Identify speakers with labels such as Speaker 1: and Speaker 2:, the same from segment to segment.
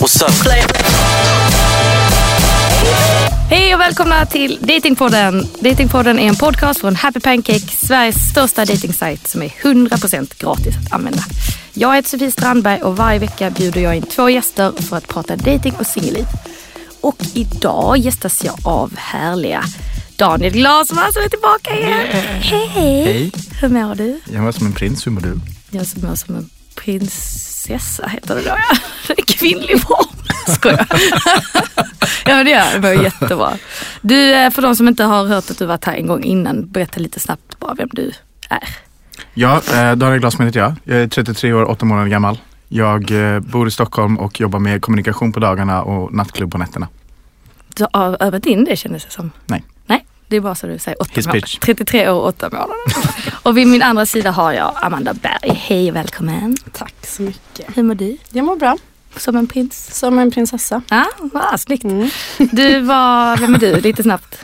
Speaker 1: Tusen.
Speaker 2: Hej och välkomna till Datingpodden. Datingpodden är en podcast från Happy Pancake, Sveriges största datingsajt som är 100% gratis att använda. Jag heter Sofie Strandberg och varje vecka bjuder jag in två gäster för att prata dating och singelliv. Och idag gästas jag av härliga Daniel Glasman som är tillbaka igen. Hej!
Speaker 3: Hej.
Speaker 2: Hur mår du?
Speaker 3: Jag var som en prins, hur mår du?
Speaker 2: Jag som mår som en prinsessa heter det då ja. Kvinnlig form. Skojar. ja men det gör jag. det, mår jättebra. Du, eh, för de som inte har hört att du varit här en gång innan, berätta lite snabbt bara vem du är.
Speaker 3: Ja, eh, Daniel Glasman heter jag. Jag är 33 år, 8 månader gammal. Jag eh, bor i Stockholm och jobbar med kommunikation på dagarna och nattklubb på nätterna.
Speaker 2: Du har övat in det kändes det som.
Speaker 3: Nej.
Speaker 2: Nej, det är bara så du säger. Åtta
Speaker 3: His
Speaker 2: månader.
Speaker 3: pitch.
Speaker 2: 33 år och 8 månader. och vid min andra sida har jag Amanda Berg. Hej och välkommen.
Speaker 4: Tack så mycket.
Speaker 2: Hur mår du?
Speaker 4: Jag mår bra,
Speaker 2: Som en prins?
Speaker 4: som en prinsessa.
Speaker 2: Ja, vad snyggt. Du var, vem är du? Lite snabbt.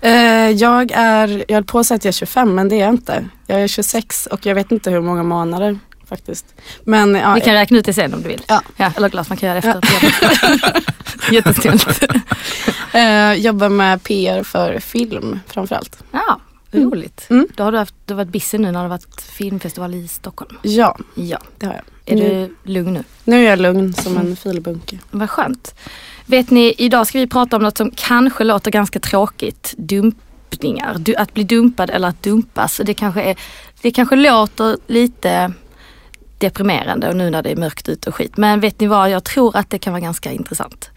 Speaker 4: Eh, jag är, jag höll på att säga att jag är 25 men det är jag inte. Jag är 26 och jag vet inte hur många månader faktiskt. Men ja,
Speaker 2: Vi kan räkna ut det sen om du vill.
Speaker 4: Ja.
Speaker 2: eller glas, man kan göra det efter programmet. Jättestelt.
Speaker 4: eh, jobbar med PR för film framförallt.
Speaker 2: Ja, roligt.
Speaker 4: Mm.
Speaker 2: Då har du, haft, du har varit busy nu när det har varit filmfestival i Stockholm.
Speaker 4: Ja,
Speaker 2: Ja.
Speaker 4: det har jag.
Speaker 2: Är
Speaker 4: nu,
Speaker 2: du lugn nu?
Speaker 4: nu är jag lugn som
Speaker 2: Mm.
Speaker 4: en filbunke.
Speaker 2: Vad skönt. Vet ni, idag ska vi prata om något som kanske låter ganska tråkigt. Dumpningar. Du, att bli dumpad eller att dumpas. Det kanske, är, det kanske låter lite deprimerande och nu när det är mörkt ute och skit. Men vet ni vad, jag tror att det kan vara ganska intressant.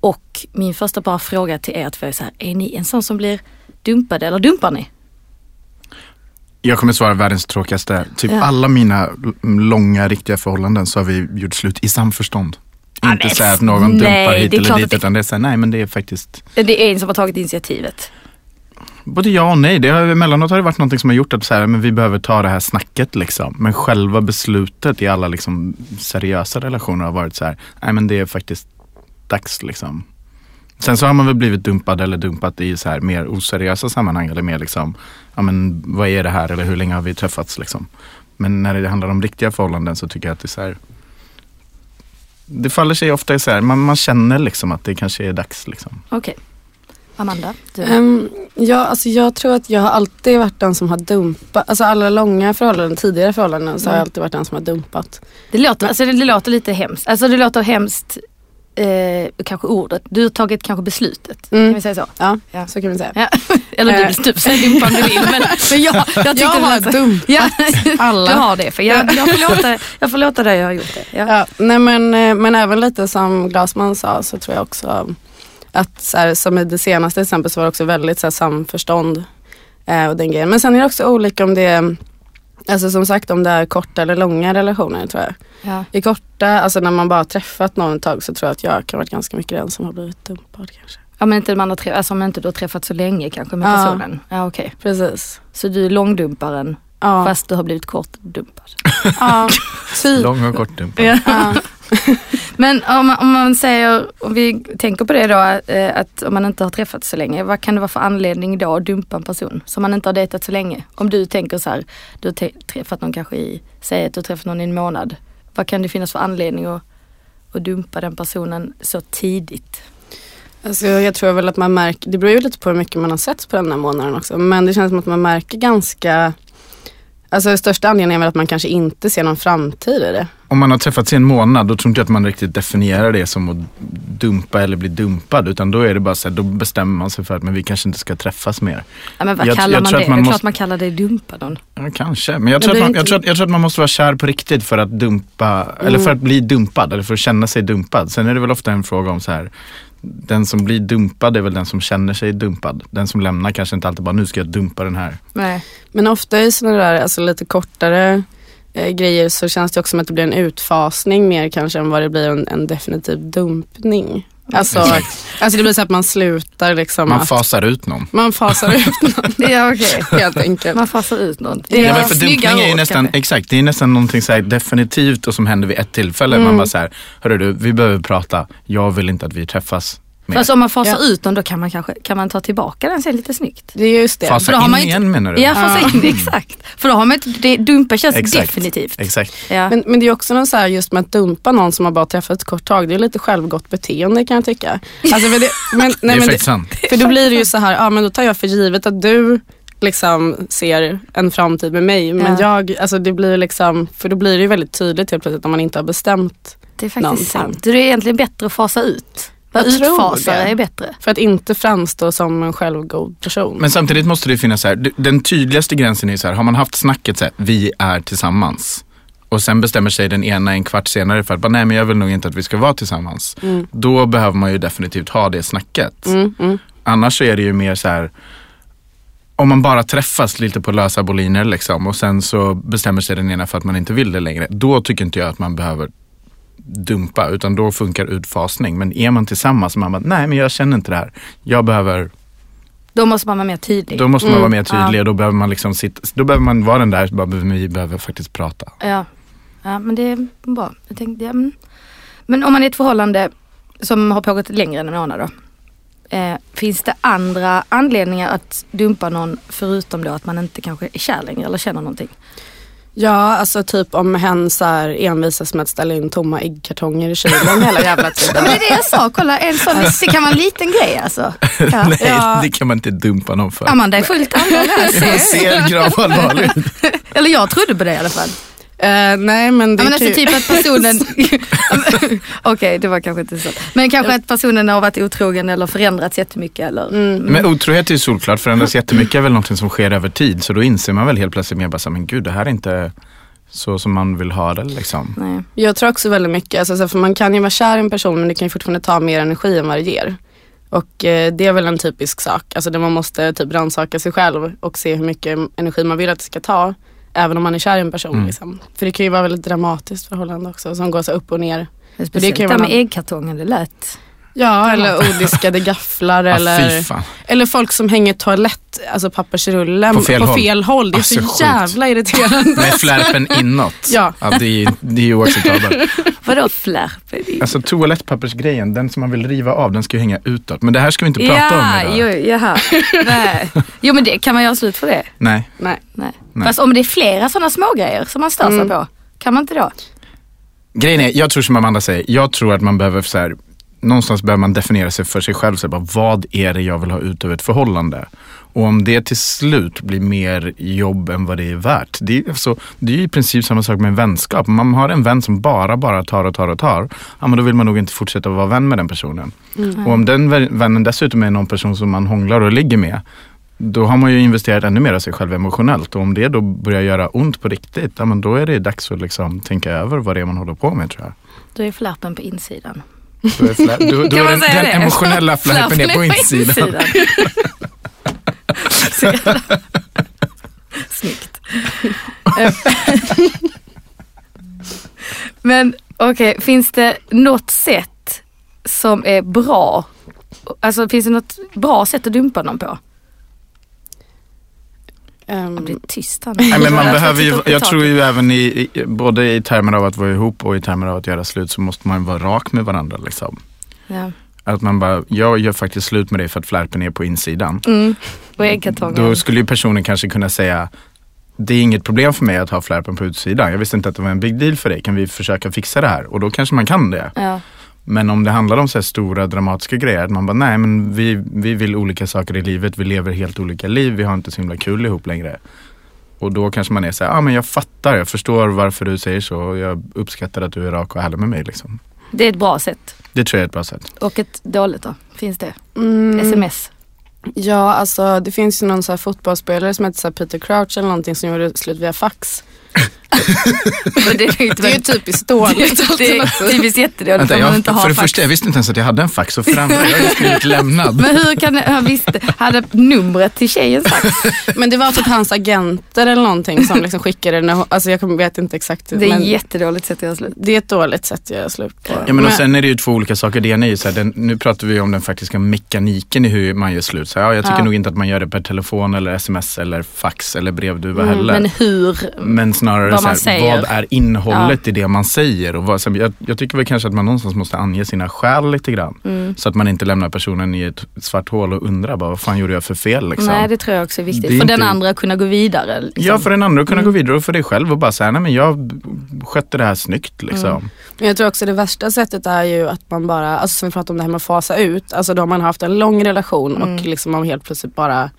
Speaker 2: Och min första bara fråga till er två är så här, är ni en sån som blir dumpad eller dumpar ni?
Speaker 3: Jag kommer svara världens tråkigaste. Typ
Speaker 2: Ja.
Speaker 3: alla mina l- långa riktiga förhållanden så har vi gjort slut i samförstånd.
Speaker 2: Ah,
Speaker 3: inte
Speaker 2: men
Speaker 3: så här att någon
Speaker 2: nej,
Speaker 3: dumpar
Speaker 2: det är
Speaker 3: hit
Speaker 2: klart
Speaker 3: eller
Speaker 2: att
Speaker 3: dit
Speaker 2: det-
Speaker 3: utan det är så här, nej men det är faktiskt
Speaker 2: Det är en som har tagit initiativet.
Speaker 3: både ja och nej. Det har, emellanåt har det varit någonting som har gjort att så här, men vi behöver ta det här snacket liksom. Men själva beslutet i alla liksom, seriösa relationer har varit så här, nej men det är faktiskt dags liksom. Sen så har man väl blivit dumpad eller dumpat i så här mer oseriösa sammanhang eller mer liksom, ja men vad är det här eller hur länge har vi träffats liksom. Men när det handlar om riktiga förhållanden så tycker jag att det är så här, det faller sig ofta i så här, man, man känner liksom att det kanske är dags liksom.
Speaker 2: Okej. Amanda, du.
Speaker 4: Ehm, ja, alltså jag tror att jag har alltid varit den som har dumpat, alltså alla långa förhållanden, tidigare förhållanden så har jag
Speaker 2: Mm.
Speaker 4: alltid varit den som har dumpat.
Speaker 2: Det låter, alltså det, det låter lite hemskt. Alltså det låter hemskt, eh, kanske ordet. Du har tagit kanske beslutet.
Speaker 4: Mm.
Speaker 2: Kan vi säga så?
Speaker 4: Ja,
Speaker 2: Ja.
Speaker 4: så kan man säga.
Speaker 2: Ja. Eller
Speaker 4: Eh.
Speaker 2: du, du säger din fan du vill. Men, men jag, jag tyckte
Speaker 4: Jag
Speaker 2: det
Speaker 4: har
Speaker 2: lät så-
Speaker 4: dumpat
Speaker 2: ja,
Speaker 4: alla.
Speaker 2: Du har det. För jag, jag, får låta, jag får låta dig ha gjort det. Ja.
Speaker 4: Ja, nej men, eh, men även lite som Glasman sa så tror jag också att så här, som i det senaste till exempel så var det också väldigt så här, samförstånd eh, och den grejen. Men sen är det också olika om det är, alltså som sagt om det är korta eller långa relationer tror jag.
Speaker 2: Ja.
Speaker 4: I korta, alltså när man bara har träffat någon ett tag så tror jag att jag kan vara ganska mycket den som har blivit dumpad kanske.
Speaker 2: ja men inte, man har träff, alltså, om inte du har träffat så länge kanske med
Speaker 4: Ja.
Speaker 2: personen. Ja, okej.
Speaker 4: Precis.
Speaker 2: Så du är långdumparen
Speaker 4: Ja,
Speaker 2: fast du har blivit kortdumpad.
Speaker 4: ja typ.
Speaker 3: Lång och kort dumpad.
Speaker 4: Ja.
Speaker 2: Men om, man- om man säger, om vi tänker på det då, eh, att om man inte har träffats så länge, vad kan det vara för anledning då att dumpa en person som man inte har dejtat så länge? Om du tänker så här, du har te- träffat någon kanske i, säg att du har träffat någon i en månad. Vad kan det finnas för anledning att, att dumpa den personen så tidigt?
Speaker 4: Alltså, jag tror väl att man märker, det beror ju lite på hur mycket man har sett på den här månaden också, men det känns som att man märker ganska Alltså den största anledningen är väl att man kanske inte ser någon framtid i det.
Speaker 3: Om man har träffats i en månad då tror inte jag att man riktigt definierar det som att dumpa eller bli dumpad. Utan då är det bara så här, då bestämmer man sig för att men vi kanske inte ska träffas mer.
Speaker 2: Ja, men vad
Speaker 3: Jag-
Speaker 2: kallar
Speaker 3: jag
Speaker 2: man
Speaker 3: tror
Speaker 2: det?
Speaker 3: att man
Speaker 2: det är klart
Speaker 3: måste-
Speaker 2: man kallar det dumpa någon.
Speaker 3: Ja, kanske, men jag tror, att
Speaker 4: det är
Speaker 3: man,
Speaker 4: inte-
Speaker 3: jag, tror att, jag tror att man måste vara kär på riktigt för att dumpa, eller för att
Speaker 4: Mm.
Speaker 3: bli dumpad eller för att känna sig dumpad. Sen är det väl ofta en fråga om så här, den som blir dumpad är väl den som känner sig dumpad. Den som lämnar kanske inte alltid bara, nu ska jag dumpa den här.
Speaker 2: Nej.
Speaker 4: Men ofta i sådana där alltså, lite kortare eh, grejer så känns det också som att det blir en utfasning mer kanske än vad det blir en, en definitiv dumpning. Alltså, alltså det blir så att man slutar liksom
Speaker 3: Mm. Man
Speaker 4: att,
Speaker 3: fasar ut någon.
Speaker 4: man fasar ut någon
Speaker 2: Ja okej.
Speaker 4: helt enkelt.
Speaker 2: Man fasar ut någon.
Speaker 4: Ja,
Speaker 3: Ja, men för
Speaker 2: Snygga
Speaker 3: dumpning är ju
Speaker 2: ord,
Speaker 3: nästan,
Speaker 2: kanske.
Speaker 3: exakt, det är nästan någonting så här
Speaker 4: Mm.
Speaker 3: definitivt och som händer vid ett tillfälle. Man bara så här, hörru du, vi behöver prata, jag vill inte att vi träffas. mer.
Speaker 2: Fast Alltså, om man fasar
Speaker 4: Ja.
Speaker 2: ut dem då kan man kanske kan man ta tillbaka den sen lite snyggt.
Speaker 4: Det är just det.
Speaker 2: För då
Speaker 3: Fasa
Speaker 2: har
Speaker 3: in
Speaker 2: man inte-
Speaker 3: igen menar du?
Speaker 2: Ja, fasa in, exakt. För då har man inte, det, dumpa känns
Speaker 3: Exakt.
Speaker 2: definitivt.
Speaker 3: Exakt.
Speaker 2: Ja.
Speaker 4: Men, men det är också någon så här just med att dumpa någon som man bara träffat ett kort tag. Det är lite självgott beteende kan jag tycka. Alltså, men det, men,
Speaker 3: det
Speaker 4: nej,
Speaker 3: är
Speaker 4: men
Speaker 3: faktiskt
Speaker 4: det,
Speaker 3: sant.
Speaker 4: för då blir det ju så här, ja men då tar jag för givet att du liksom ser en framtid med mig. Men
Speaker 2: Ja.
Speaker 4: jag, alltså det blir liksom, för då blir det ju väldigt tydligt helt plötsligt om man inte har bestämt.
Speaker 2: Det är faktiskt
Speaker 4: Någonting.
Speaker 2: sant. Det är egentligen bättre att fasa ut. Vad
Speaker 4: Jag tror
Speaker 2: utfasare
Speaker 4: det.
Speaker 2: är bättre.
Speaker 4: För att inte framstå som en självgod person.
Speaker 3: Men samtidigt måste det ju finnas så här, d- den tydligaste gränsen är ju så här, har man haft snacket så här, vi är tillsammans. Och sen bestämmer sig den ena en kvart senare för att, bara, nej men jag vill nog inte att vi ska vara tillsammans. Då behöver man ju definitivt ha det snacket.
Speaker 4: Mm, mm.
Speaker 3: Annars så är det ju mer så här, om man bara träffas lite på lösa boliner liksom och sen så bestämmer sig den ena för att man inte vill det längre. Då tycker inte jag att man behöver dumpa utan då funkar utfasning. Men är man tillsammans och man bara, nej men jag känner inte det här. Jag behöver
Speaker 2: Då måste man vara mer tydlig.
Speaker 3: då måste man
Speaker 4: Mm,
Speaker 3: vara mer tydlig och då behöver man liksom sitta, då behöver man vara den där, bara, vi behöver faktiskt prata.
Speaker 2: Ja. ja, men det är bra. Jag tänkte, ja, mm. Men om man är i ett förhållande som har pågått längre än en månad då. Eh, finns det andra anledningar att dumpa någon förutom då att man inte kanske är kär längre eller känner någonting?
Speaker 4: Ja, alltså typ om hen så här envisas med att ställa in tomma äggkartonger i kylen hela jävla
Speaker 2: Ja,
Speaker 4: tiden.
Speaker 2: men det är det jag sa, kolla en sån, det kan vara en liten grej alltså. Ja.
Speaker 3: Nej,
Speaker 4: Ja.
Speaker 3: det kan man inte dumpa någon för.
Speaker 2: Amanda är fullt
Speaker 3: Man
Speaker 2: allvarlig.
Speaker 3: ser gravallvarlig ut.
Speaker 2: Eller jag trodde på det i alla fall.
Speaker 4: Eh, nej men det
Speaker 2: Ja, men
Speaker 4: är
Speaker 2: alltså
Speaker 4: kul.
Speaker 2: typ att personen... Okej, det var kanske inte så. Men kanske att personen har varit otrogen eller förändrats jättemycket eller...
Speaker 4: Mm.
Speaker 2: Mm.
Speaker 3: Men otrohet är ju solklart, förändras jättemycket är väl någonting som sker över tid. Så då inser man väl helt plötsligt mer bara så här, men gud det här är inte så som man vill ha det liksom.
Speaker 2: Nej.
Speaker 4: Jag tror också väldigt mycket, alltså, så här, för man kan ju vara kär i en person men det kan ju fortfarande ta mer energi än vad det ger. Och eh, det är väl en typisk sak, alltså där man måste typ rannsaka sig själv och se hur mycket energi man vill att det ska ta. Även om man är kär i en person.
Speaker 3: Mm.
Speaker 4: Liksom. För det kan ju vara väldigt dramatiskt förhållande också som går så upp och ner.
Speaker 2: Speciellt det
Speaker 4: ju
Speaker 2: där
Speaker 4: vara-
Speaker 2: med äggkartongen, det lät...
Speaker 4: Ja, eller odiskade gafflar
Speaker 3: Eller... Ah, fy
Speaker 4: eller,
Speaker 3: fan.
Speaker 4: eller folk som hänger toalett, alltså pappersrullen
Speaker 3: På fel håll.
Speaker 4: håll. Det är
Speaker 3: Alltså, sjukt.
Speaker 4: så jävla irriterande.
Speaker 3: Med flärpen inåt.
Speaker 4: Ja.
Speaker 3: det, är, ju- det är ju oacceptabelt.
Speaker 2: Vadå flärp?
Speaker 3: Alltså toalettpappersgrejen, den som man vill riva av den ska ju hänga utåt. Men det här ska vi inte prata
Speaker 2: ja,
Speaker 3: om idag.
Speaker 2: jo, jaha. Nej. Jo men det, kan man göra slut för det?
Speaker 3: Nej.
Speaker 4: Nej.
Speaker 2: Nej.
Speaker 3: Nej.
Speaker 2: Fast om det är flera sådana smågrejer som man stör sig
Speaker 4: Mm.
Speaker 2: på, kan man inte då?
Speaker 3: Grejen är, jag tror som Amanda säger, jag tror att man behöver så här, någonstans behöver man definiera sig för sig själv. Så här, bara, vad är det jag vill ha ut av ett förhållande? Och om det till slut blir mer jobb än vad det är värt. Det är, alltså, det är ju i princip samma sak med en vänskap. Om man har en vän som bara, bara tar och tar och tar. Ja, men då vill man nog inte fortsätta vara vän med den personen. Och om den vä- vännen dessutom är någon person som man hånglar och ligger med. Då har man ju investerat ännu mer av sig själv emotionellt. Och om det då börjar göra ont på riktigt. Ja, men då är det dags att liksom tänka över vad det är man håller på med tror jag.
Speaker 2: Då är flärpen på insidan.
Speaker 3: Då är, flä- då, då
Speaker 2: Kan
Speaker 3: är
Speaker 2: man
Speaker 3: den,
Speaker 2: säga
Speaker 3: den
Speaker 2: det?
Speaker 3: emotionella flärpen är på insidan.
Speaker 2: Så jävla- Snyggt. Men okej, finns det något sätt som är bra? Alltså finns det något bra sätt att dumpa någon på? Jag
Speaker 4: Ehm,
Speaker 2: blir tyst här
Speaker 3: Nej, men man
Speaker 2: Jag
Speaker 3: behöver ju,
Speaker 2: tittar upp i
Speaker 3: jag tror
Speaker 2: taket.
Speaker 3: ju även i, i, både i termer av att vara ihop och i termer av att göra slut så måste man vara rak med varandra. Liksom.
Speaker 2: Ja.
Speaker 3: Att man bara, jag gör faktiskt slut med dig för att flärpen är på insidan.
Speaker 2: Mm. Och äggkartongen.
Speaker 3: Då skulle ju personen kanske kunna säga, det är inget problem för mig att ha flärpen på utsidan. Jag visste inte att det var en big deal för dig. Kan vi försöka fixa det här? Och då kanske man kan det.
Speaker 2: Ja.
Speaker 3: Men om det handlar om så här stora dramatiska grejer, att man bara nej men vi, vi vill olika saker i livet, vi lever helt olika liv, vi har inte så himla kul ihop längre. Och då kanske man är så här, ja ah, men jag fattar, jag förstår varför du säger så och jag uppskattar att du är rak och ärlig med mig liksom.
Speaker 2: Det är ett bra sätt.
Speaker 3: Det tror jag är ett bra sätt.
Speaker 2: Och ett dåligt då? Finns det?
Speaker 4: mm.
Speaker 2: Sms?
Speaker 4: Ja, alltså det finns ju någon så här fotbollsspelare som heter så här Peter Crouch eller någonting som gjorde slut via fax.
Speaker 2: Men det är ju
Speaker 4: Det är ju typ typiskt dåligt
Speaker 2: Det är
Speaker 4: alternativ.
Speaker 2: typiskt jättedåligt
Speaker 3: Vänta,
Speaker 2: om
Speaker 3: jag,
Speaker 2: man inte har
Speaker 3: för det
Speaker 2: fax.
Speaker 3: första, jag visste inte ens att jag hade en fax och för det andra, jag har just blivit lämnad.
Speaker 2: Men hur kan jag visste, hade numret till tjejen sagt?
Speaker 4: Men det var typ hans agenter eller någonting som liksom skickade den. Alltså jag kommer- vet inte exakt.
Speaker 2: Det är
Speaker 4: men
Speaker 2: jättedåligt sätt att göra slut.
Speaker 4: det är ett dåligt sätt att göra slut på.
Speaker 3: Ja men och sen är det ju två olika saker. Det ena är ju så här, den, nu pratar vi om den faktiska mekaniken i hur man gör slut. Så här, ja, jag tycker
Speaker 4: Ja.
Speaker 3: nog inte att man gör det per telefon eller sms eller fax eller brevduva
Speaker 4: Mm,
Speaker 3: heller.
Speaker 2: Men hur?
Speaker 3: Men snarare
Speaker 2: vad
Speaker 3: så
Speaker 2: man
Speaker 3: här,
Speaker 2: säger.
Speaker 3: vad är innehållet i det man säger? Och vad, så här, jag, jag tycker väl kanske att man någonstans måste ange sina skäl lite grann.
Speaker 2: Mm.
Speaker 3: Så att man inte lämnar personen i ett svart hål och undrar bara, vad fan gjorde jag för fel liksom?
Speaker 2: Nej det tror jag också är viktigt.
Speaker 3: Det är
Speaker 2: för
Speaker 3: inte-
Speaker 2: den andra att kunna gå vidare. Liksom.
Speaker 3: Ja, för den andra att kunna gå vidare och för dig själv och bara säga, nej men jag skötte det här snyggt liksom.
Speaker 2: Mm.
Speaker 4: Men Jag tror också det värsta sättet är ju att man bara, alltså som vi pratade om det här med att fasa ut, alltså då har man haft en lång relation och liksom man helt plötsligt bara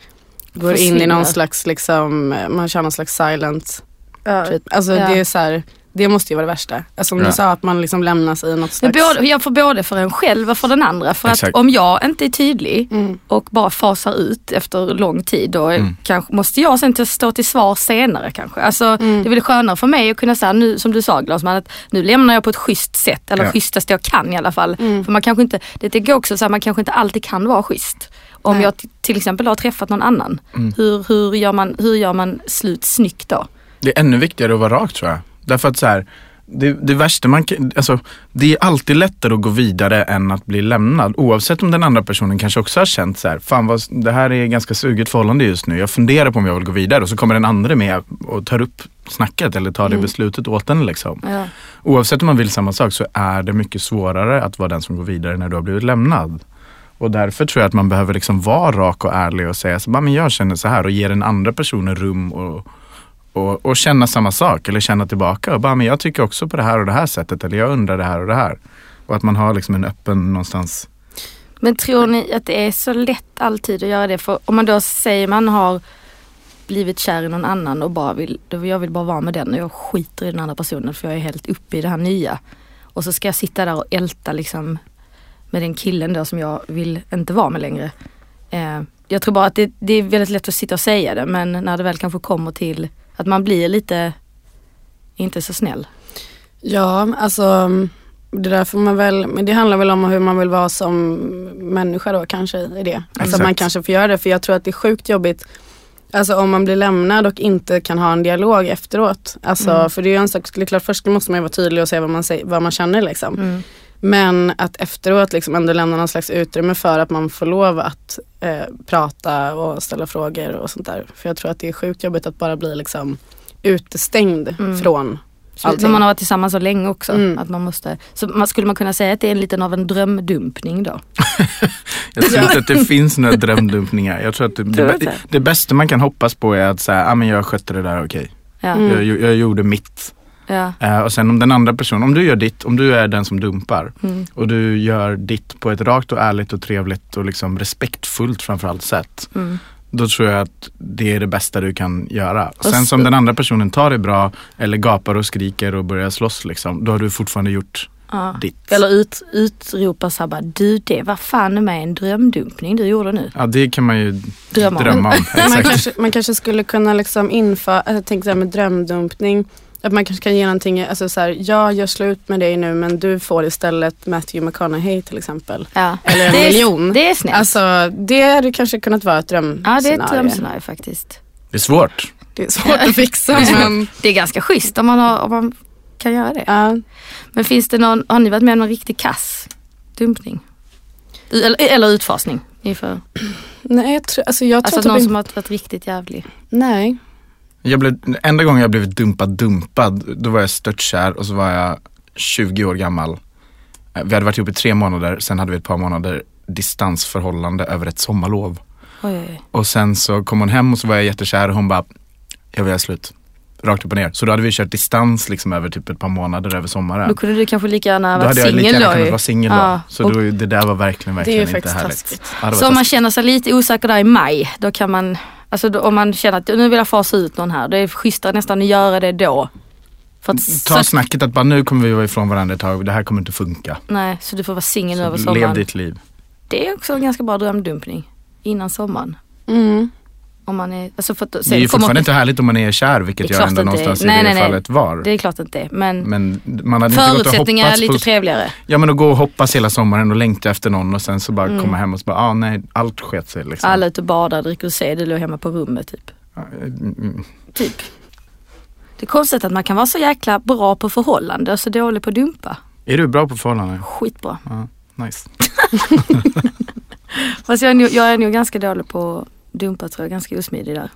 Speaker 4: går in i
Speaker 2: Mm. Försvinner.
Speaker 4: någon slags, liksom, man kör någon slags silent
Speaker 2: Ja. Typ.
Speaker 4: treatment. Alltså
Speaker 2: Ja.
Speaker 4: det är så här, det måste ju vara det värsta. Alltså som
Speaker 3: Ja.
Speaker 4: du sa, att man liksom lämnas i något
Speaker 2: Men
Speaker 4: slags...
Speaker 2: både, jag får både för en själv och för den andra. För
Speaker 3: Exakt.
Speaker 2: att om jag inte är tydlig
Speaker 4: Mm.
Speaker 2: och bara fasar ut efter lång tid då
Speaker 3: Mm.
Speaker 2: kanske, måste jag sen till- stå till svar senare kanske. Alltså,
Speaker 4: Mm.
Speaker 2: Det är väl skönare för mig att kunna säga nu, som du sa Glasman, att nu lämnar jag på ett schysst sätt eller
Speaker 3: Ja.
Speaker 2: schysstaste jag kan i alla fall.
Speaker 4: Mm.
Speaker 2: För man kanske inte, det tänker jag också så här, man kanske inte alltid kan vara schysst. Om
Speaker 4: Nej.
Speaker 2: jag t- till exempel har träffat någon annan,
Speaker 3: Mm.
Speaker 2: hur, hur, gör man, hur gör man slut snyggt då?
Speaker 3: Det är ännu viktigare att vara rak tror jag. Därför att så här, det, det värsta man kan, alltså det är alltid lättare att gå vidare än att bli lämnad. Oavsett om den andra personen kanske också har känt så här, fan vad, det här är ganska suget förhållande just nu. Jag funderar på om jag vill gå vidare och så kommer den andra med och tar upp snacket eller tar det beslutet åt en liksom.
Speaker 2: Ja.
Speaker 3: Oavsett om man vill samma sak så är det mycket svårare att vara den som går vidare när du har blivit lämnad. Och därför tror jag att man behöver liksom vara rak och ärlig och säga så bara, men jag känner så här och ge den andra personen rum och, och, och känna samma sak eller känna tillbaka och bara, men jag tycker också på det här och det här sättet eller jag undrar det här och det här. Och att man har liksom en öppen någonstans.
Speaker 2: Men tror ni att det är så lätt alltid att göra det? För om man då säger man har blivit kär i någon annan och bara vill, då jag vill bara vara med den och jag skiter i den andra personen för jag är helt uppe i det här nya. Och så ska jag sitta där och älta liksom med den killen då som jag vill inte vara med längre. Eh, jag tror bara att det, det är väldigt lätt att sitta och säga det men när det väl kanske kommer till att man blir lite inte så snäll.
Speaker 4: Ja, alltså det där får man väl, men det handlar väl om hur man vill vara som människa då kanske i det. Alltså att man
Speaker 3: Exakt.
Speaker 4: kanske får göra det för jag tror att det är sjukt jobbigt Alltså om man blir lämnad och inte kan ha en dialog efteråt. Alltså för det är ju en sak, det är klart först måste man ju vara tydlig och säga vad man, säger, vad man känner liksom.
Speaker 2: Mm.
Speaker 4: Men att efteråt liksom ändå lämna någon slags utrymme för att man får lov att eh, prata och ställa frågor och sånt där. För jag tror att det är sjukt jobbigt att bara bli liksom utestängd
Speaker 2: Mm.
Speaker 4: från
Speaker 2: Allting. När man har varit tillsammans så länge också.
Speaker 4: Mm.
Speaker 2: Att man måste, så man, skulle man kunna säga att det är en liten av en drömdumpning då?
Speaker 3: Jag tror inte att det finns några drömdumpningar. Jag tror att det,
Speaker 2: Tror du
Speaker 3: det,
Speaker 2: inte?
Speaker 3: det bästa man kan hoppas på är att säga, ah, men jag skötte det där okej.
Speaker 2: Ja.
Speaker 4: Mm.
Speaker 3: Jag, jag, jag gjorde mitt.
Speaker 2: Ja.
Speaker 3: Eh, och sen om den andra personen, om du gör ditt, om du är den som dumpar
Speaker 2: Mm.
Speaker 3: och du gör ditt på ett rakt och ärligt och trevligt och liksom respektfullt framförallt sätt.
Speaker 2: Mm.
Speaker 3: Då tror jag att det är det bästa du kan göra.
Speaker 2: Och
Speaker 3: Sen
Speaker 2: s-
Speaker 3: som den andra personen tar det bra eller gapar och skriker och börjar slåss liksom, då har du fortfarande gjort
Speaker 2: Ja.
Speaker 3: ditt.
Speaker 2: Eller ut, utropa såhär bara, du det var fan i mig en drömdumpning du gjorde nu.
Speaker 3: Ja det kan man ju
Speaker 2: Drömma om.
Speaker 3: drömma om.
Speaker 4: Man
Speaker 3: Exakt.
Speaker 4: kanske, man kanske skulle kunna liksom införa, alltså, jag tänkte det här med drömdumpning. Att man kanske kan ge någonting, alltså så här, jag gör slut med dig nu men du får istället Matthew McConaughey till exempel.
Speaker 2: Ja.
Speaker 4: Eller en
Speaker 2: det är,
Speaker 4: miljon.
Speaker 2: Det är snällt.
Speaker 4: Alltså det hade kanske kunnat vara ett drömscenario.
Speaker 2: ja det är ett drömscenario faktiskt.
Speaker 3: Det är svårt.
Speaker 4: Det är svårt att fixa
Speaker 2: Det är svårt.
Speaker 4: men
Speaker 2: Det är ganska schysst om man, har, om man kan göra det.
Speaker 4: ja.
Speaker 2: Men finns det någon, har ni varit med om någon riktig kass dumpning? I- Eller, eller utfasning? Inför,
Speaker 4: Nej jag tror, alltså jag tror
Speaker 2: alltså
Speaker 4: typ
Speaker 2: någon
Speaker 4: inte-
Speaker 2: som har varit riktigt jävlig.
Speaker 4: Nej.
Speaker 3: Jag blev, enda gången jag blev dumpad dumpad, då var jag störtkär och så var jag 20 år gammal. Eh, Vi hade varit ihop i tre månader, sen hade vi ett par månader distansförhållande över ett sommarlov.
Speaker 2: Oj, oj, oj.
Speaker 3: Och sen så kom hon hem och så var jag jättekär och hon bara, jag vill göra slut. Rakt upp och ner. Så då hade vi kört distans liksom över typ ett par månader över sommaren.
Speaker 2: Då kunde du kanske lika gärna
Speaker 3: Då
Speaker 2: varit
Speaker 3: hade jag lika
Speaker 2: singel
Speaker 3: gärna
Speaker 2: då
Speaker 3: kunnat
Speaker 2: ju.
Speaker 3: vara singel
Speaker 2: Ja,
Speaker 3: då. Så
Speaker 2: och-
Speaker 3: då, det där var verkligen,
Speaker 4: Det är ju
Speaker 3: verkligen inte
Speaker 4: faktiskt
Speaker 3: härligt.
Speaker 4: taskigt.
Speaker 3: Ja, det var
Speaker 2: Så om man
Speaker 3: taskigt.
Speaker 2: känner sig lite osäker där i maj, då kan man, alltså då, om man känner att nu vill jag fasa ut någon här, det är schysstare nästan att göra det då. För att,
Speaker 3: Mm, Ta
Speaker 2: så,
Speaker 3: snacket att bara nu kommer vi vara ifrån varandra ett tag, det här kommer inte funka.
Speaker 2: nej, så du får vara singel nu över
Speaker 3: Så lev
Speaker 2: sommaren.
Speaker 3: ditt liv.
Speaker 2: Det är också en ganska bra drömdumpning, innan sommaren.
Speaker 4: Mm.
Speaker 2: Om man är, alltså för att, sen
Speaker 3: Det är ju
Speaker 2: kommer-
Speaker 3: fortfarande inte härligt om man är kär, vilket
Speaker 2: Det är
Speaker 3: jag
Speaker 2: klart
Speaker 3: ändå
Speaker 2: att det är.
Speaker 3: någonstans i
Speaker 2: Nej,
Speaker 3: det
Speaker 2: nej, nej.
Speaker 3: fallet var.
Speaker 2: det är klart inte, men,
Speaker 3: Men man hade inte gått och
Speaker 2: förutsättningarna är
Speaker 3: hoppats
Speaker 2: lite
Speaker 3: på,
Speaker 2: trevligare.
Speaker 3: ja men att gå och hoppas hela sommaren och längta efter någon och sen så bara komma hem och så bara, ah, nej, allt sket sig liksom.
Speaker 2: Mm. Alla ute och badar, dricker rosé, du låg hemma på rummet typ.
Speaker 3: Ja, mm, mm.
Speaker 2: typ. Det är konstigt att man kan vara så jäkla bra på förhållande och så dålig på att dumpa.
Speaker 3: Är du bra på förhållanden?
Speaker 2: Skitbra.
Speaker 3: Ja, nice.
Speaker 2: Fast jag är, nog, jag är nog ganska dålig på att dumpa tror jag, ganska osmidig där.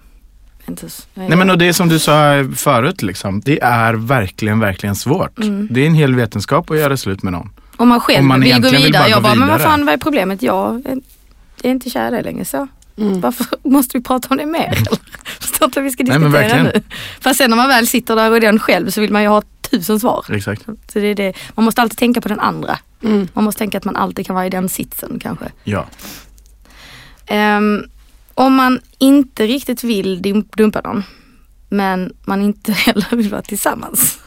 Speaker 2: inte så. jag är-
Speaker 3: Nej men och det är som du sa förut liksom. Det är verkligen, verkligen svårt.
Speaker 2: Mm.
Speaker 3: Det är en hel vetenskap att göra slut med någon.
Speaker 2: Om man själv
Speaker 3: Om man
Speaker 2: vill gå
Speaker 3: egentligen vill
Speaker 2: vidare.
Speaker 3: bara
Speaker 2: jag
Speaker 3: gå
Speaker 2: bara, men vad
Speaker 3: vidare.
Speaker 2: fan vad är problemet? Jag är- är inte kär i dig längre så.
Speaker 4: Mm.
Speaker 2: Varför måste vi prata om det mer? eller? Förstår inte vad vi ska
Speaker 3: Nej, men
Speaker 2: diskutera nu.
Speaker 3: verkligen.
Speaker 2: Fast sen när man väl sitter där och är den själv så vill man ju ha tusen svar.
Speaker 3: Exakt.
Speaker 2: Så det är det. Man måste alltid tänka på den andra.
Speaker 4: Mm.
Speaker 2: Man måste tänka att man alltid kan vara i den sitsen kanske.
Speaker 3: Ja.
Speaker 2: Ehm, om man inte riktigt vill dum- dumpa någon men man inte heller vill vara tillsammans.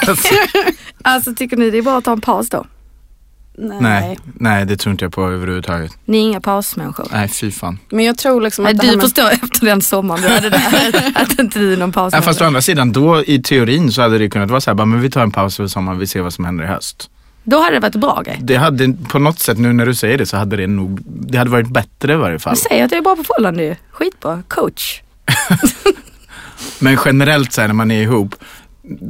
Speaker 3: Alltså,
Speaker 2: Alltså tycker ni det är bra att ta en paus då?
Speaker 4: Nej.
Speaker 3: nej. nej, det tror inte jag på överhuvudtaget.
Speaker 2: Ni är inga pausmänniskor.
Speaker 3: Nej, fy fan.
Speaker 4: Men jag tror liksom
Speaker 2: Nej,
Speaker 4: att det här
Speaker 2: du
Speaker 4: med-
Speaker 2: förstår efter den sommaren du hade där att inte du är någon paus.
Speaker 3: Ja, fast å andra sidan, då i teorin så hade det kunnat vara så här, bara, men vi tar en paus över sommaren, vi ser vad som händer i höst.
Speaker 2: Då hade det varit en bra grej.
Speaker 3: Det hade på något sätt, nu när du säger det så hade det nog, det hade varit bättre i varje
Speaker 2: Du
Speaker 3: fall.
Speaker 2: säger att jag är bra på förhållande ju. Skitbra. Coach.
Speaker 3: Men generellt så här när man är ihop,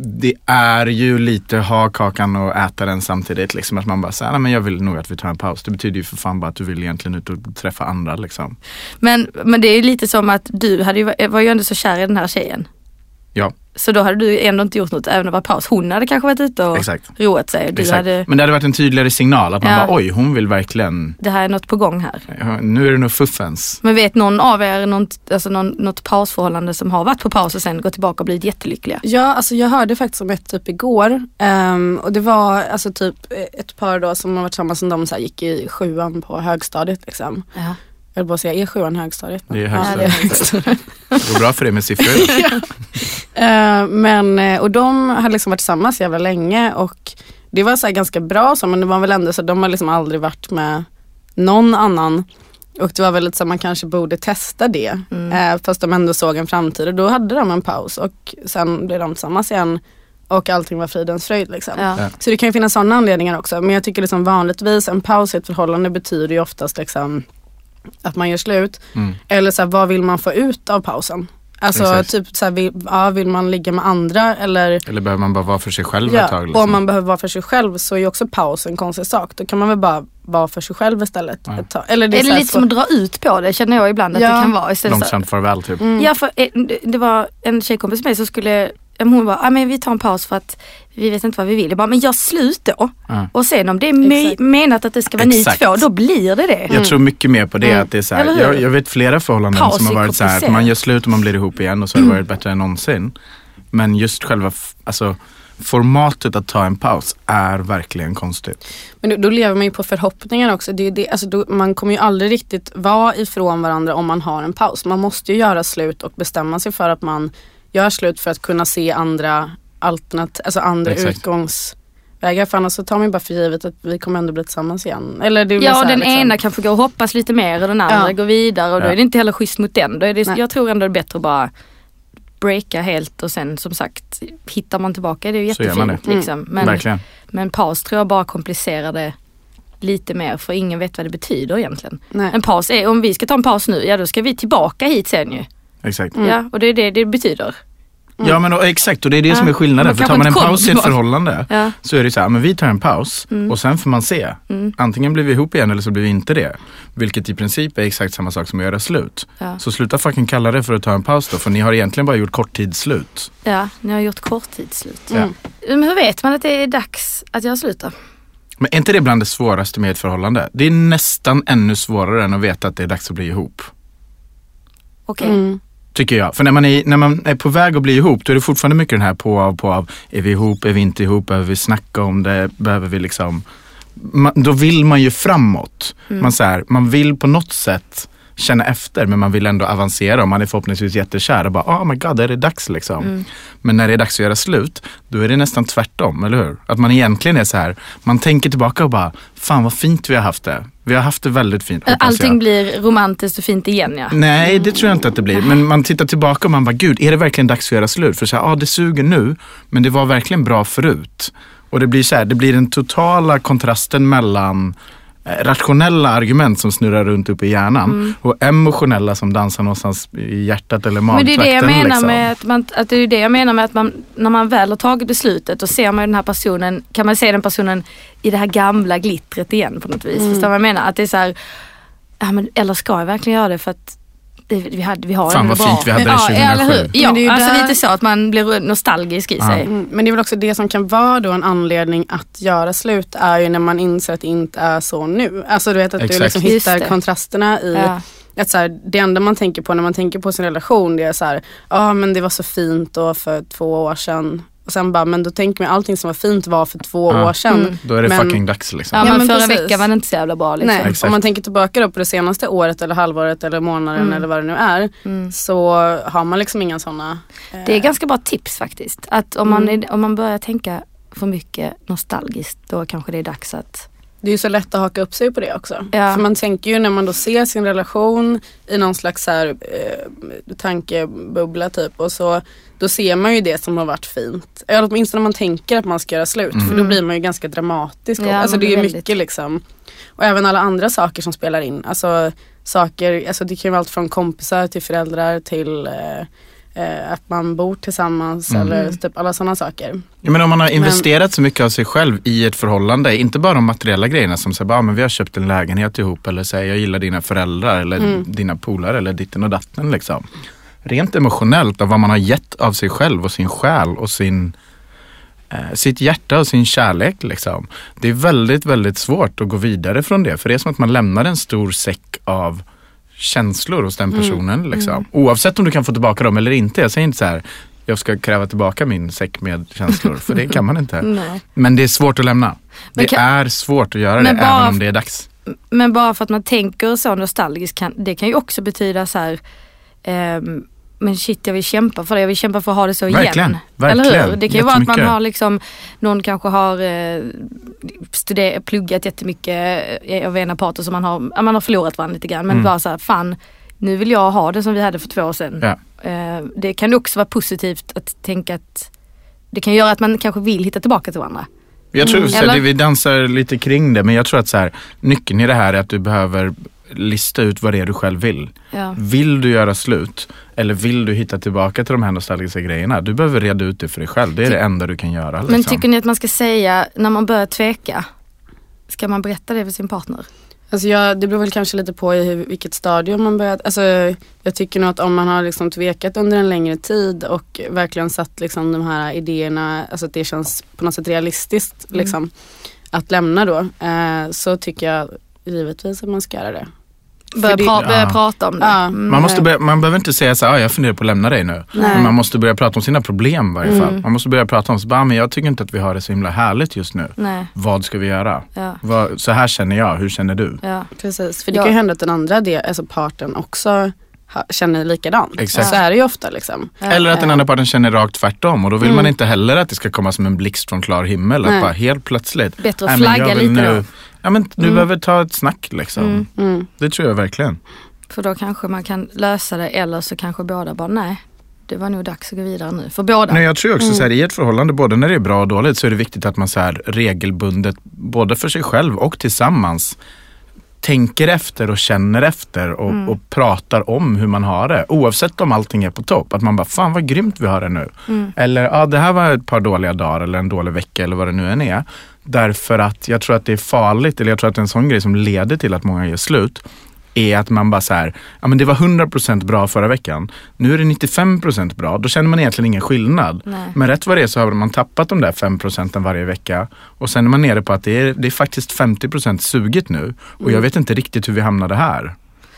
Speaker 3: det är ju lite ha kakan och äta den samtidigt. Liksom att man bara säger, nej men jag vill nog att vi tar en paus. Det betyder ju för fan bara att du vill egentligen ut och träffa andra liksom.
Speaker 2: Men, men det är ju lite som att du hade ju, var ju ändå så kär i den här tjejen.
Speaker 3: Ja,
Speaker 2: Så då hade du ändå inte gjort något även om det var paus. Hon hade kanske varit ute och
Speaker 3: Exakt.
Speaker 2: roat sig. och Du
Speaker 3: exakt.
Speaker 2: hade,
Speaker 3: Men det hade varit en tydligare signal att man
Speaker 2: Ja.
Speaker 3: bara, oj hon vill verkligen,
Speaker 2: det här är något på gång här.
Speaker 3: ja, nu är det nog fuffens.
Speaker 2: Men vet någon av er något, alltså någon, något pausförhållande som har varit på paus och sen gått tillbaka och blivit jättelyckliga?
Speaker 4: Ja, alltså jag hörde faktiskt om ett typ igår. Ehm, och det var alltså typ ett par då som har varit tillsammans som de så här, gick i sjuan på högstadiet liksom.
Speaker 2: Ja.
Speaker 4: Jag höll på att säga, är sjuan högstadiet?
Speaker 3: Det är
Speaker 4: Ja, det är
Speaker 3: högstadiet.
Speaker 4: högstadiet.
Speaker 3: Det går bra för dig med siffror.
Speaker 4: Eh, men, eh, och de hade liksom varit tillsammans jävla länge och det var så här ganska bra så, men det var väl ändå så de har liksom aldrig varit med någon annan. Och det var väl lite så här, man kanske borde testa det. Eh, fast de ändå såg en framtid och då hade de en paus och sen blev de tillsammans igen och allting var fridens fröjd liksom.
Speaker 2: Ja.
Speaker 3: Ja.
Speaker 4: Så det kan ju finnas sådana anledningar också. Men jag tycker liksom vanligtvis en paus i ett förhållande betyder ju oftast liksom att man gör slut.
Speaker 3: Mm.
Speaker 4: Eller så här, vad vill man få ut av pausen? Alltså
Speaker 3: Exakt.
Speaker 4: typ så här, vill, ja, vill man ligga med andra eller
Speaker 3: Eller behöver man bara vara för sig själv ett
Speaker 4: ja,
Speaker 3: tag? liksom?
Speaker 4: och om man behöver vara för sig själv så är ju också paus en konstig sak. Då kan man väl bara vara för sig själv istället.
Speaker 3: Ja.
Speaker 4: Ett tag. Eller det
Speaker 2: Det
Speaker 4: är,
Speaker 2: är
Speaker 4: så här
Speaker 2: lite som att
Speaker 4: svårt-
Speaker 2: dra ut på det känner jag ibland att
Speaker 4: Ja.
Speaker 2: det kan vara. Istället för-
Speaker 3: Långsamt farväl typ.
Speaker 2: Ja, för eh, det var en tjejkompis med mig som skulle, ja, men hon bara, ah, men vi tar en paus för att vi vet inte vad vi vill. Jag bara, men gör slut då.
Speaker 3: Ja.
Speaker 2: Och sen om det är me-
Speaker 4: Exakt.
Speaker 2: menat att det ska vara
Speaker 3: Exakt.
Speaker 2: ni två, då blir det det.
Speaker 3: Jag tror mycket mer på det. Att det är så här,
Speaker 2: Mm. Eller hur?
Speaker 3: jag, jag vet flera förhållanden
Speaker 2: Paus
Speaker 3: som har
Speaker 2: är
Speaker 3: varit så här, att man
Speaker 2: komplicerat.
Speaker 3: gör slut och man blir ihop igen och så har det
Speaker 2: Mm.
Speaker 3: varit bättre än någonsin. Men just själva f- alltså, formatet att ta en paus är verkligen konstigt.
Speaker 4: Men då, då lever man ju på förhoppningar också. Det är ju det, alltså då, man kommer ju aldrig riktigt vara ifrån varandra om man har en paus. Man måste ju göra slut och bestämma sig för att man gör slut för att kunna se andra alternat, alltså andra
Speaker 3: Exakt.
Speaker 4: utgångsvägar. För annars så tar man ju bara för givet att vi kommer ändå bli tillsammans igen. Eller det är väl
Speaker 2: Ja,
Speaker 4: så
Speaker 2: och
Speaker 4: här,
Speaker 2: den
Speaker 4: liksom.
Speaker 2: ena kanske går och hoppas lite mer och den andra
Speaker 4: Ja.
Speaker 2: går vidare och då
Speaker 3: Ja.
Speaker 2: är det inte heller schysst mot den. Då är det,
Speaker 4: Nej.
Speaker 2: jag tror ändå det är bättre att bara breaka helt och sen som sagt hittar man tillbaka det är ju
Speaker 3: Så gör man
Speaker 2: jättefint.
Speaker 4: det.
Speaker 2: Liksom. Men,
Speaker 3: verkligen.
Speaker 2: men paus tror jag bara komplicerar det lite mer för ingen vet vad det betyder egentligen.
Speaker 4: Nej.
Speaker 2: En paus är, om vi ska ta en paus nu, ja då ska vi tillbaka hit sen ju.
Speaker 3: Exakt.
Speaker 4: Mm.
Speaker 2: Ja, och det är det det betyder.
Speaker 3: Ja men och, exakt och det är
Speaker 2: Mm.
Speaker 3: det
Speaker 2: Ja.
Speaker 3: som är skillnaden.
Speaker 2: Man
Speaker 3: för
Speaker 2: kanske
Speaker 3: tar man en
Speaker 2: inte kommer
Speaker 3: paus i ett
Speaker 2: tillbaka.
Speaker 3: förhållande
Speaker 2: Ja.
Speaker 3: så är det så här, men vi tar en paus
Speaker 2: Mm.
Speaker 3: och sen får man se. Antingen blir vi ihop igen eller så blir vi inte det. Vilket i princip är exakt samma sak som att göra slut.
Speaker 2: Ja.
Speaker 3: Så sluta fucking kalla det för att ta en paus då för ni har egentligen bara gjort korttidsslut.
Speaker 2: Ja, ni har gjort korttidsslut.
Speaker 3: Ja.
Speaker 4: Mm.
Speaker 2: Men hur vet man att det är dags att göra slut då?
Speaker 3: Men är inte det bland det svåraste med ett förhållande? Det är nästan ännu svårare än att veta att det är dags att bli ihop.
Speaker 2: Okej.
Speaker 4: Mm.
Speaker 3: Tycker jag. För när man, är, när man är på väg att bli ihop, då är det fortfarande mycket den här på av, på av. Är vi ihop, är vi inte ihop, behöver vi snacka om det, behöver vi liksom. Man, då vill man ju framåt.
Speaker 2: Mm.
Speaker 3: Man, så här, man vill på något sätt känna efter men man vill ändå avancera och man är förhoppningsvis jättekär och bara oh my god, är det dags liksom.
Speaker 2: Mm.
Speaker 3: Men när det är dags att göra slut, då är det nästan tvärtom, eller hur? Att man egentligen är så här, man tänker tillbaka och bara, fan vad fint vi har haft det. Vi har haft det väldigt fint. hoppas jag." Mm.
Speaker 2: Allting blir romantiskt och fint igen ja.
Speaker 3: Nej, det tror jag inte att det blir. Men man tittar tillbaka och man bara, gud, är det verkligen dags att göra slut? För så här, ja, ah, det suger nu, men det var verkligen bra förut. Och det blir så här, det blir den totala kontrasten mellan eh, rationella argument som snurrar runt uppe i hjärnan
Speaker 2: Mm.
Speaker 3: och emotionella som dansar någonstans i hjärtat eller
Speaker 2: Men det är
Speaker 3: magtrakten.
Speaker 2: det jag menar
Speaker 3: liksom.
Speaker 2: med att, man, att det är det jag menar med att man, när man väl har tagit beslutet och ser man ju den här personen, kan man se den personen i det här gamla
Speaker 4: Mm.
Speaker 2: glittret igen på något vis. Förstår du vad jag menar? Att det är så här, ja, men, eller ska jag verkligen göra det för att vi, hade, vi har
Speaker 3: Fan,
Speaker 2: det
Speaker 3: vad
Speaker 2: bra.
Speaker 3: fint vi hade
Speaker 2: men,
Speaker 3: det
Speaker 2: ja, eller
Speaker 3: 2007.
Speaker 2: hur? Ja,
Speaker 4: Men det är ju
Speaker 2: alltså
Speaker 4: där-
Speaker 2: lite så att man blir nostalgisk i
Speaker 3: Ja.
Speaker 2: sig.
Speaker 4: Mm, men det är väl också det som kan vara då en anledning att göra slut är ju när man inser att det inte är så nu. Alltså du vet att
Speaker 3: Exakt.
Speaker 4: du liksom
Speaker 2: Just
Speaker 4: hittar
Speaker 2: det.
Speaker 4: kontrasterna i
Speaker 2: Ja.
Speaker 4: att så här, det enda man tänker på när man tänker på sin relation det är så här, ja men det var så fint då för två år sedan. Och sen bara, men då tänker man allting som var fint var för två
Speaker 3: Ja.
Speaker 4: år sedan.
Speaker 2: Mm.
Speaker 3: Då är det
Speaker 4: Men-
Speaker 3: fucking dags liksom.
Speaker 2: Ja,
Speaker 4: Ja,
Speaker 2: men,
Speaker 4: men
Speaker 2: förra
Speaker 4: precis.
Speaker 2: veckan var det inte så jävla bra liksom.
Speaker 4: Nej,
Speaker 3: Exakt.
Speaker 4: om man tänker tillbaka då på det senaste året eller halvåret eller månaden eller vad det nu är
Speaker 2: Mm.
Speaker 4: så har man liksom inga sådana.
Speaker 2: Det är
Speaker 4: Eh.
Speaker 2: ganska bra tips faktiskt. Att om, man, om man börjar tänka för mycket nostalgiskt då kanske det är dags att
Speaker 4: Det är ju så lätt att haka upp sig på det också.
Speaker 2: Ja.
Speaker 4: För man tänker ju när man då ser sin relation i någon slags så här, eh, tankebubbla typ och så då ser man ju det som har varit fint. Eller åtminstone om man tänker att man ska göra slut för då blir man ju ganska dramatisk.
Speaker 2: Mm. Ja,
Speaker 4: alltså
Speaker 2: man
Speaker 4: det är
Speaker 2: blir väldigt-
Speaker 4: mycket liksom. Och även alla andra saker som spelar in. Alltså saker, alltså det kan ju vara allt från kompisar till föräldrar till eh, eh, att man bor tillsammans
Speaker 2: Mm.
Speaker 4: eller typ alla sådana saker.
Speaker 3: Ja, men om man har
Speaker 4: Men-
Speaker 3: investerat så mycket av sig själv i ett förhållande, inte bara de materiella grejerna som säger, ah, men vi har köpt en lägenhet ihop eller säger jag gillar dina föräldrar eller dina polare eller ditten och datten. Liksom. Rent emotionellt av vad man har gett av sig själv och sin själ och sin, eh, sitt hjärta och sin kärlek. Liksom. Det är väldigt, väldigt svårt att gå vidare från det. För det är som att man lämnar en stor säck av känslor hos den personen. Liksom. Oavsett om du kan få tillbaka dem eller inte. Jag säger inte så här, jag ska kräva tillbaka min säck med känslor. För det kan man inte. Men det är svårt att lämna.
Speaker 2: Mm. Men
Speaker 3: det
Speaker 2: kan-
Speaker 3: är svårt att göra det
Speaker 2: Men bara-
Speaker 3: även om det är dags.
Speaker 2: Men bara för att man tänker så nostalgiskt kan, det kan ju också betyda så här ehm, men shit jag vill kämpa för det, jag vill kämpa för att ha det så
Speaker 3: Verkligen,
Speaker 2: igen.
Speaker 3: verkligen.
Speaker 2: Eller hur? Det kan ju vara att man
Speaker 3: Jättemycket.
Speaker 2: har liksom, någon kanske har eh, studer- pluggat jättemycket eh, av ena parten som man har, ja, man har förlorat varandra lite grann men
Speaker 3: Mm.
Speaker 2: bara så här, fan nu vill jag ha det som vi hade för två år sedan.
Speaker 3: Ja.
Speaker 2: Eh, det kan ju också vara positivt att tänka att det kan göra att man kanske vill hitta tillbaka till varandra.
Speaker 3: Jag tror, så
Speaker 2: Mm. Eller?
Speaker 3: det, vi dansar lite kring det men jag tror att så här, nyckeln i det här är att du behöver lista ut vad det är du själv vill.
Speaker 2: Ja.
Speaker 3: Vill du göra slut eller vill du hitta tillbaka till de här nostalgiska grejerna? Du behöver reda ut det för dig själv. Det är det enda du kan göra. Liksom.
Speaker 2: Men tycker ni att man ska säga när man börjar tveka? Ska man berätta det för sin partner?
Speaker 4: Alltså jag, det beror väl kanske lite på i hur, vilket stadium man börjat. Alltså jag tycker nog att om man har liksom tvekat under en längre tid och verkligen satt liksom de här idéerna, alltså att det känns på något sätt realistiskt
Speaker 3: Mm.
Speaker 4: liksom, att lämna då. Eh, så tycker jag givetvis att man ska göra det.
Speaker 2: Börja,
Speaker 4: det-
Speaker 2: pra- börja
Speaker 3: Ja.
Speaker 2: prata om det.
Speaker 4: Ja.
Speaker 2: Mm.
Speaker 3: Man, måste börja, man behöver inte säga så här, ah, jag funderar på att lämna dig nu.
Speaker 4: Nej.
Speaker 3: Men man måste börja prata om sina problem i varje fall.
Speaker 2: Mm.
Speaker 3: Man måste börja prata om, så bara, "Ah, men jag tycker inte att vi har det så himla härligt just nu.
Speaker 2: Nej,
Speaker 3: Vad ska vi göra?
Speaker 2: ja,
Speaker 3: Vad, så här känner jag, hur känner du?
Speaker 2: ja.
Speaker 4: Precis, för det
Speaker 2: Ja.
Speaker 4: kan ju hända att den andra del, alltså parten också ha, känner likadant.
Speaker 3: Exakt.
Speaker 4: Så är det ju ofta liksom.
Speaker 3: Eller att den
Speaker 4: Ja. Mm.
Speaker 3: andra parten känner rakt tvärtom och då vill man inte heller att det ska komma som en blixt från klar himmel. Att
Speaker 4: Nej.
Speaker 3: bara helt plötsligt.
Speaker 2: Bättre att
Speaker 3: "Nej, men jag
Speaker 2: flagga
Speaker 3: vill
Speaker 2: lite
Speaker 3: nu,
Speaker 2: då.
Speaker 3: Ja men du behöver ta ett snack liksom.
Speaker 2: Mm.
Speaker 4: Mm.
Speaker 3: Det tror jag verkligen.
Speaker 2: För då kanske man kan lösa det eller så kanske båda bara nej. Det var nog dags att gå vidare nu. För båda.
Speaker 3: Nej, jag tror
Speaker 4: Mm.
Speaker 3: också så här, i ett förhållande, både när det är bra och dåligt, så är det viktigt att man så här, regelbundet, både för sig själv och tillsammans, tänker efter och känner efter och,
Speaker 4: Mm.
Speaker 3: och pratar om hur man har det. Oavsett om allting är på topp. Att man bara, fan vad grymt vi har det nu.
Speaker 2: Mm.
Speaker 3: Eller, ja ah, det här var ett par dåliga dagar eller en dålig vecka eller vad det nu än är. Därför att jag tror att det är farligt, eller jag tror att en sån grej som leder till att många gör slut, är att man bara så här, ja men det var 100% bra förra veckan, nu är det 95% bra, då känner man egentligen ingen skillnad.
Speaker 2: Nej.
Speaker 3: Men rätt vad det är så har man tappat de där 5% varje vecka och sen är man nere på att det är, det är faktiskt 50% sugigt nu och jag vet inte riktigt hur vi hamnade här.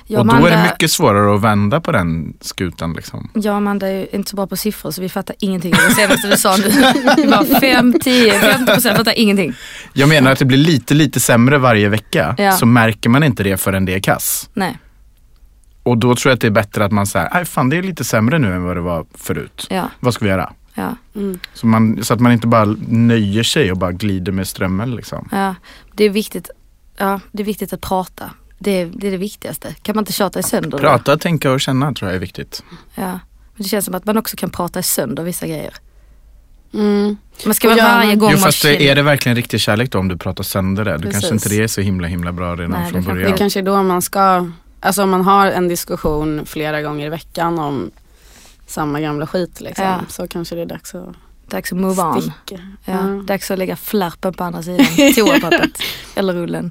Speaker 2: Jag
Speaker 3: och då är det
Speaker 2: Amanda-
Speaker 3: mycket svårare att vända på den skutan liksom.
Speaker 2: Jag och Amanda är ju inte så bra på siffror så vi fattar ingenting av det senaste du sa nu. Det var 5, 10, 50 procent fattar ingenting.
Speaker 3: Jag menar att det blir lite, lite sämre varje vecka
Speaker 2: Ja.
Speaker 3: så märker man inte det förrän det är kass.
Speaker 2: Nej,
Speaker 3: Och då tror jag att det är bättre att man säger, nej fan det är lite sämre nu än vad det var förut.
Speaker 2: ja,
Speaker 3: Vad ska vi göra?
Speaker 2: ja.
Speaker 4: Mm.
Speaker 3: Så, man, så att man inte bara nöjer sig och bara glider med strömmen liksom.
Speaker 2: Ja, det är viktigt, ja, det är viktigt att prata. Det är, det är det viktigaste. Kan man inte tjata i sönder då?
Speaker 3: Prata, tänka och känna tror jag är viktigt.
Speaker 2: Ja. Men det känns som att man också kan prata i sönder vissa grejer.
Speaker 4: Mm.
Speaker 2: Man ska
Speaker 4: Och
Speaker 2: man
Speaker 4: gör
Speaker 2: varje
Speaker 4: man-
Speaker 2: gång
Speaker 3: Jo
Speaker 2: vara
Speaker 3: fast
Speaker 2: chill.
Speaker 3: det, är det verkligen riktig kärlek då om du pratar sönder det? Du
Speaker 4: Precis.
Speaker 3: kanske inte det är så himla himla bra redan
Speaker 2: Nej, det
Speaker 3: från
Speaker 2: kanske
Speaker 4: Det
Speaker 3: början.
Speaker 4: kanske är då man ska, alltså om man har en diskussion flera gånger i veckan om samma gamla skit liksom,
Speaker 2: Ja.
Speaker 4: så kanske det är dags att
Speaker 2: Dags att move on.
Speaker 4: sticka.
Speaker 2: Ja.
Speaker 4: Mm.
Speaker 2: Dags att lägga flärpen på andra sidan toapappret. Eller rullen.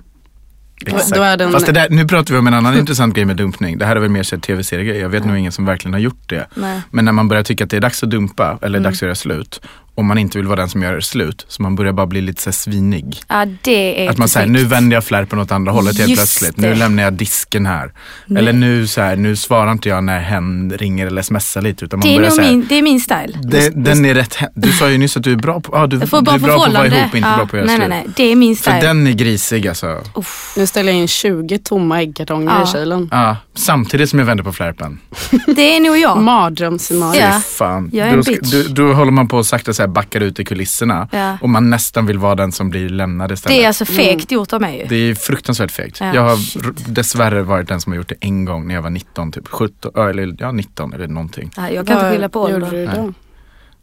Speaker 3: Exakt.
Speaker 4: Då är den-
Speaker 3: Fast det där, nu pratar vi om en annan intressant grej med dumpning. Det här är väl mer så här tv-seriegrej. Jag vet nog ingen som verkligen har gjort det.
Speaker 2: Nej.
Speaker 3: Men när man börjar tycka att det är dags att dumpa eller
Speaker 2: Mm.
Speaker 3: dags att göra slut och man inte vill vara den som gör slut så man börjar bara bli lite så här svinig.
Speaker 2: Ja, det är
Speaker 3: Att man säger
Speaker 2: perfekt.
Speaker 3: nu vänder jag flärpen åt andra hållet helt
Speaker 2: Just
Speaker 3: plötsligt.
Speaker 2: det.
Speaker 3: Nu lämnar jag disken här. Eller nu så här, nu svarar inte jag när hen ringer eller smsar lite. Utan man
Speaker 2: det, är
Speaker 3: börjar
Speaker 2: nog
Speaker 3: så här,
Speaker 2: min, det är min style.
Speaker 3: "Det- Den är rätt, he- du sa ju nyss att du är bra på, ah, du, du
Speaker 2: Jag får
Speaker 3: är
Speaker 2: bra
Speaker 3: bra
Speaker 2: på
Speaker 3: på att vara
Speaker 2: förhållande.
Speaker 3: ihop och inte
Speaker 2: Ja,
Speaker 3: bra på att göra
Speaker 2: nej, nej,
Speaker 3: slut.
Speaker 2: nej. Det är min
Speaker 3: För
Speaker 2: style.
Speaker 3: den är grisig alltså.
Speaker 2: Uff,
Speaker 4: Nu ställer jag in 20 tomma äggkartonger
Speaker 2: Ja.
Speaker 4: i kylen.
Speaker 3: Ja, samtidigt som jag vänder på flärpen.
Speaker 2: det är nog jag.
Speaker 4: Mardrömsscenario.
Speaker 2: Ja.
Speaker 3: Fan.
Speaker 2: Jag är en
Speaker 3: Då, ska-
Speaker 2: bitch.
Speaker 3: då, då håller man på att sakta så här backar ut i kulisserna
Speaker 2: Ja.
Speaker 3: och man nästan vill vara den som blir lämnad istället.
Speaker 2: Det är alltså fegt gjort av mig ju.
Speaker 3: Det är fruktansvärt fegt.
Speaker 2: Ja,
Speaker 3: jag har
Speaker 2: shit.
Speaker 3: r- dessvärre varit den som har gjort det en gång när jag var 19, typ 17, ja, eller ja, 19 eller någonting.
Speaker 2: Ja, jag kan inte
Speaker 4: Vad
Speaker 2: skilja på
Speaker 4: gjorde
Speaker 2: ålder.
Speaker 4: du då?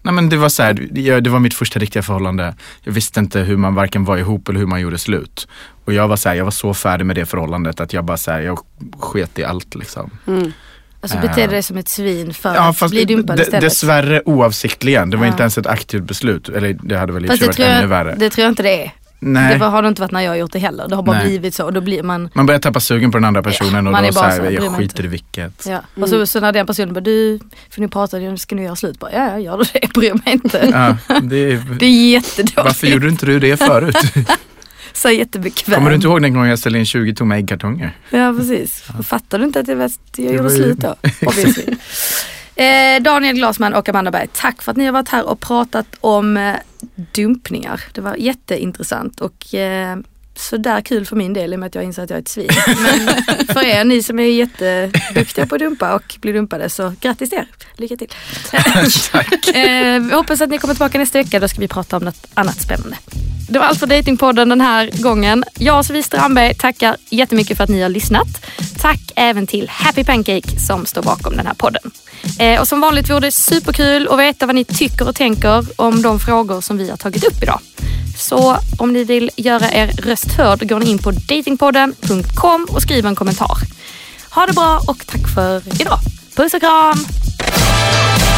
Speaker 3: Nej men det var så här, jag, det var mitt första riktiga förhållande. Jag visste inte hur man varken var ihop eller hur man gjorde slut. Och jag var så här, jag var så färdig med det förhållandet att jag bara så här, jag sket i allt liksom.
Speaker 4: Mm.
Speaker 2: Alltså
Speaker 3: Ja.
Speaker 2: beter dig som ett svin för att bli dumpad
Speaker 3: de-
Speaker 2: istället.
Speaker 3: dessvärre oavsiktligen. Det var
Speaker 2: Ja.
Speaker 3: inte ens ett aktivt beslut. Eller det hade väl i och för
Speaker 2: Fast
Speaker 3: sig
Speaker 2: det
Speaker 3: varit
Speaker 2: tror,
Speaker 3: ännu
Speaker 2: jag,
Speaker 3: värre.
Speaker 2: det tror jag inte det är.
Speaker 3: Nej.
Speaker 2: Det var- har det inte varit när jag har gjort det heller. Det har bara
Speaker 3: Nej.
Speaker 2: blivit så och då blir man
Speaker 3: Man börjar tappa sugen på den andra personen och
Speaker 2: man
Speaker 3: då
Speaker 2: är
Speaker 3: så
Speaker 2: bara
Speaker 3: här,
Speaker 2: så här, bryr
Speaker 3: jag
Speaker 2: mig
Speaker 3: skiter
Speaker 2: inte.
Speaker 3: i vilket.
Speaker 2: Ja. Och så, så när den personen bara du, för ni pratade ju, ska ni göra slut? Bara, ja, ja, gör du det, bryr mig inte.
Speaker 3: Ja, det är,
Speaker 2: Det är jättedåligt.
Speaker 3: varför gjorde inte du det förut?
Speaker 2: Så här jättebekväm.
Speaker 3: Kommer du inte ihåg den gången jag ställde in 20 tomma äggkartonger?
Speaker 2: Ja, precis. Fattar du inte att jag, var- jag
Speaker 3: Det
Speaker 2: gjorde
Speaker 3: var ju-
Speaker 2: slut då? Obviously. Eh, Daniel Glasman och Amanda Berg, tack för att ni har varit här och pratat om eh, dumpningar. Det var jätteintressant och eh, sådär kul för min del i och med att jag inser att jag är ett svin. Men för er, ni som är jätteduktiga på att dumpa och blir dumpade så grattis er. Lycka till. eh, vi hoppas att ni kommer tillbaka nästa vecka. Då ska vi prata om något annat spännande. Det var allt för Datingpodden den här gången. Jag, Sofie Strandberg, tackar jättemycket för att ni har lyssnat. Tack även till Happy Pancake som står bakom den här podden. Eh, och som vanligt vore det superkul att veta vad ni tycker och tänker om de frågor som vi har tagit upp idag. Så om ni vill göra er röst hörd går ni in på datingpodden.com och skriver en kommentar. Ha det bra och tack för idag. Puss och kram!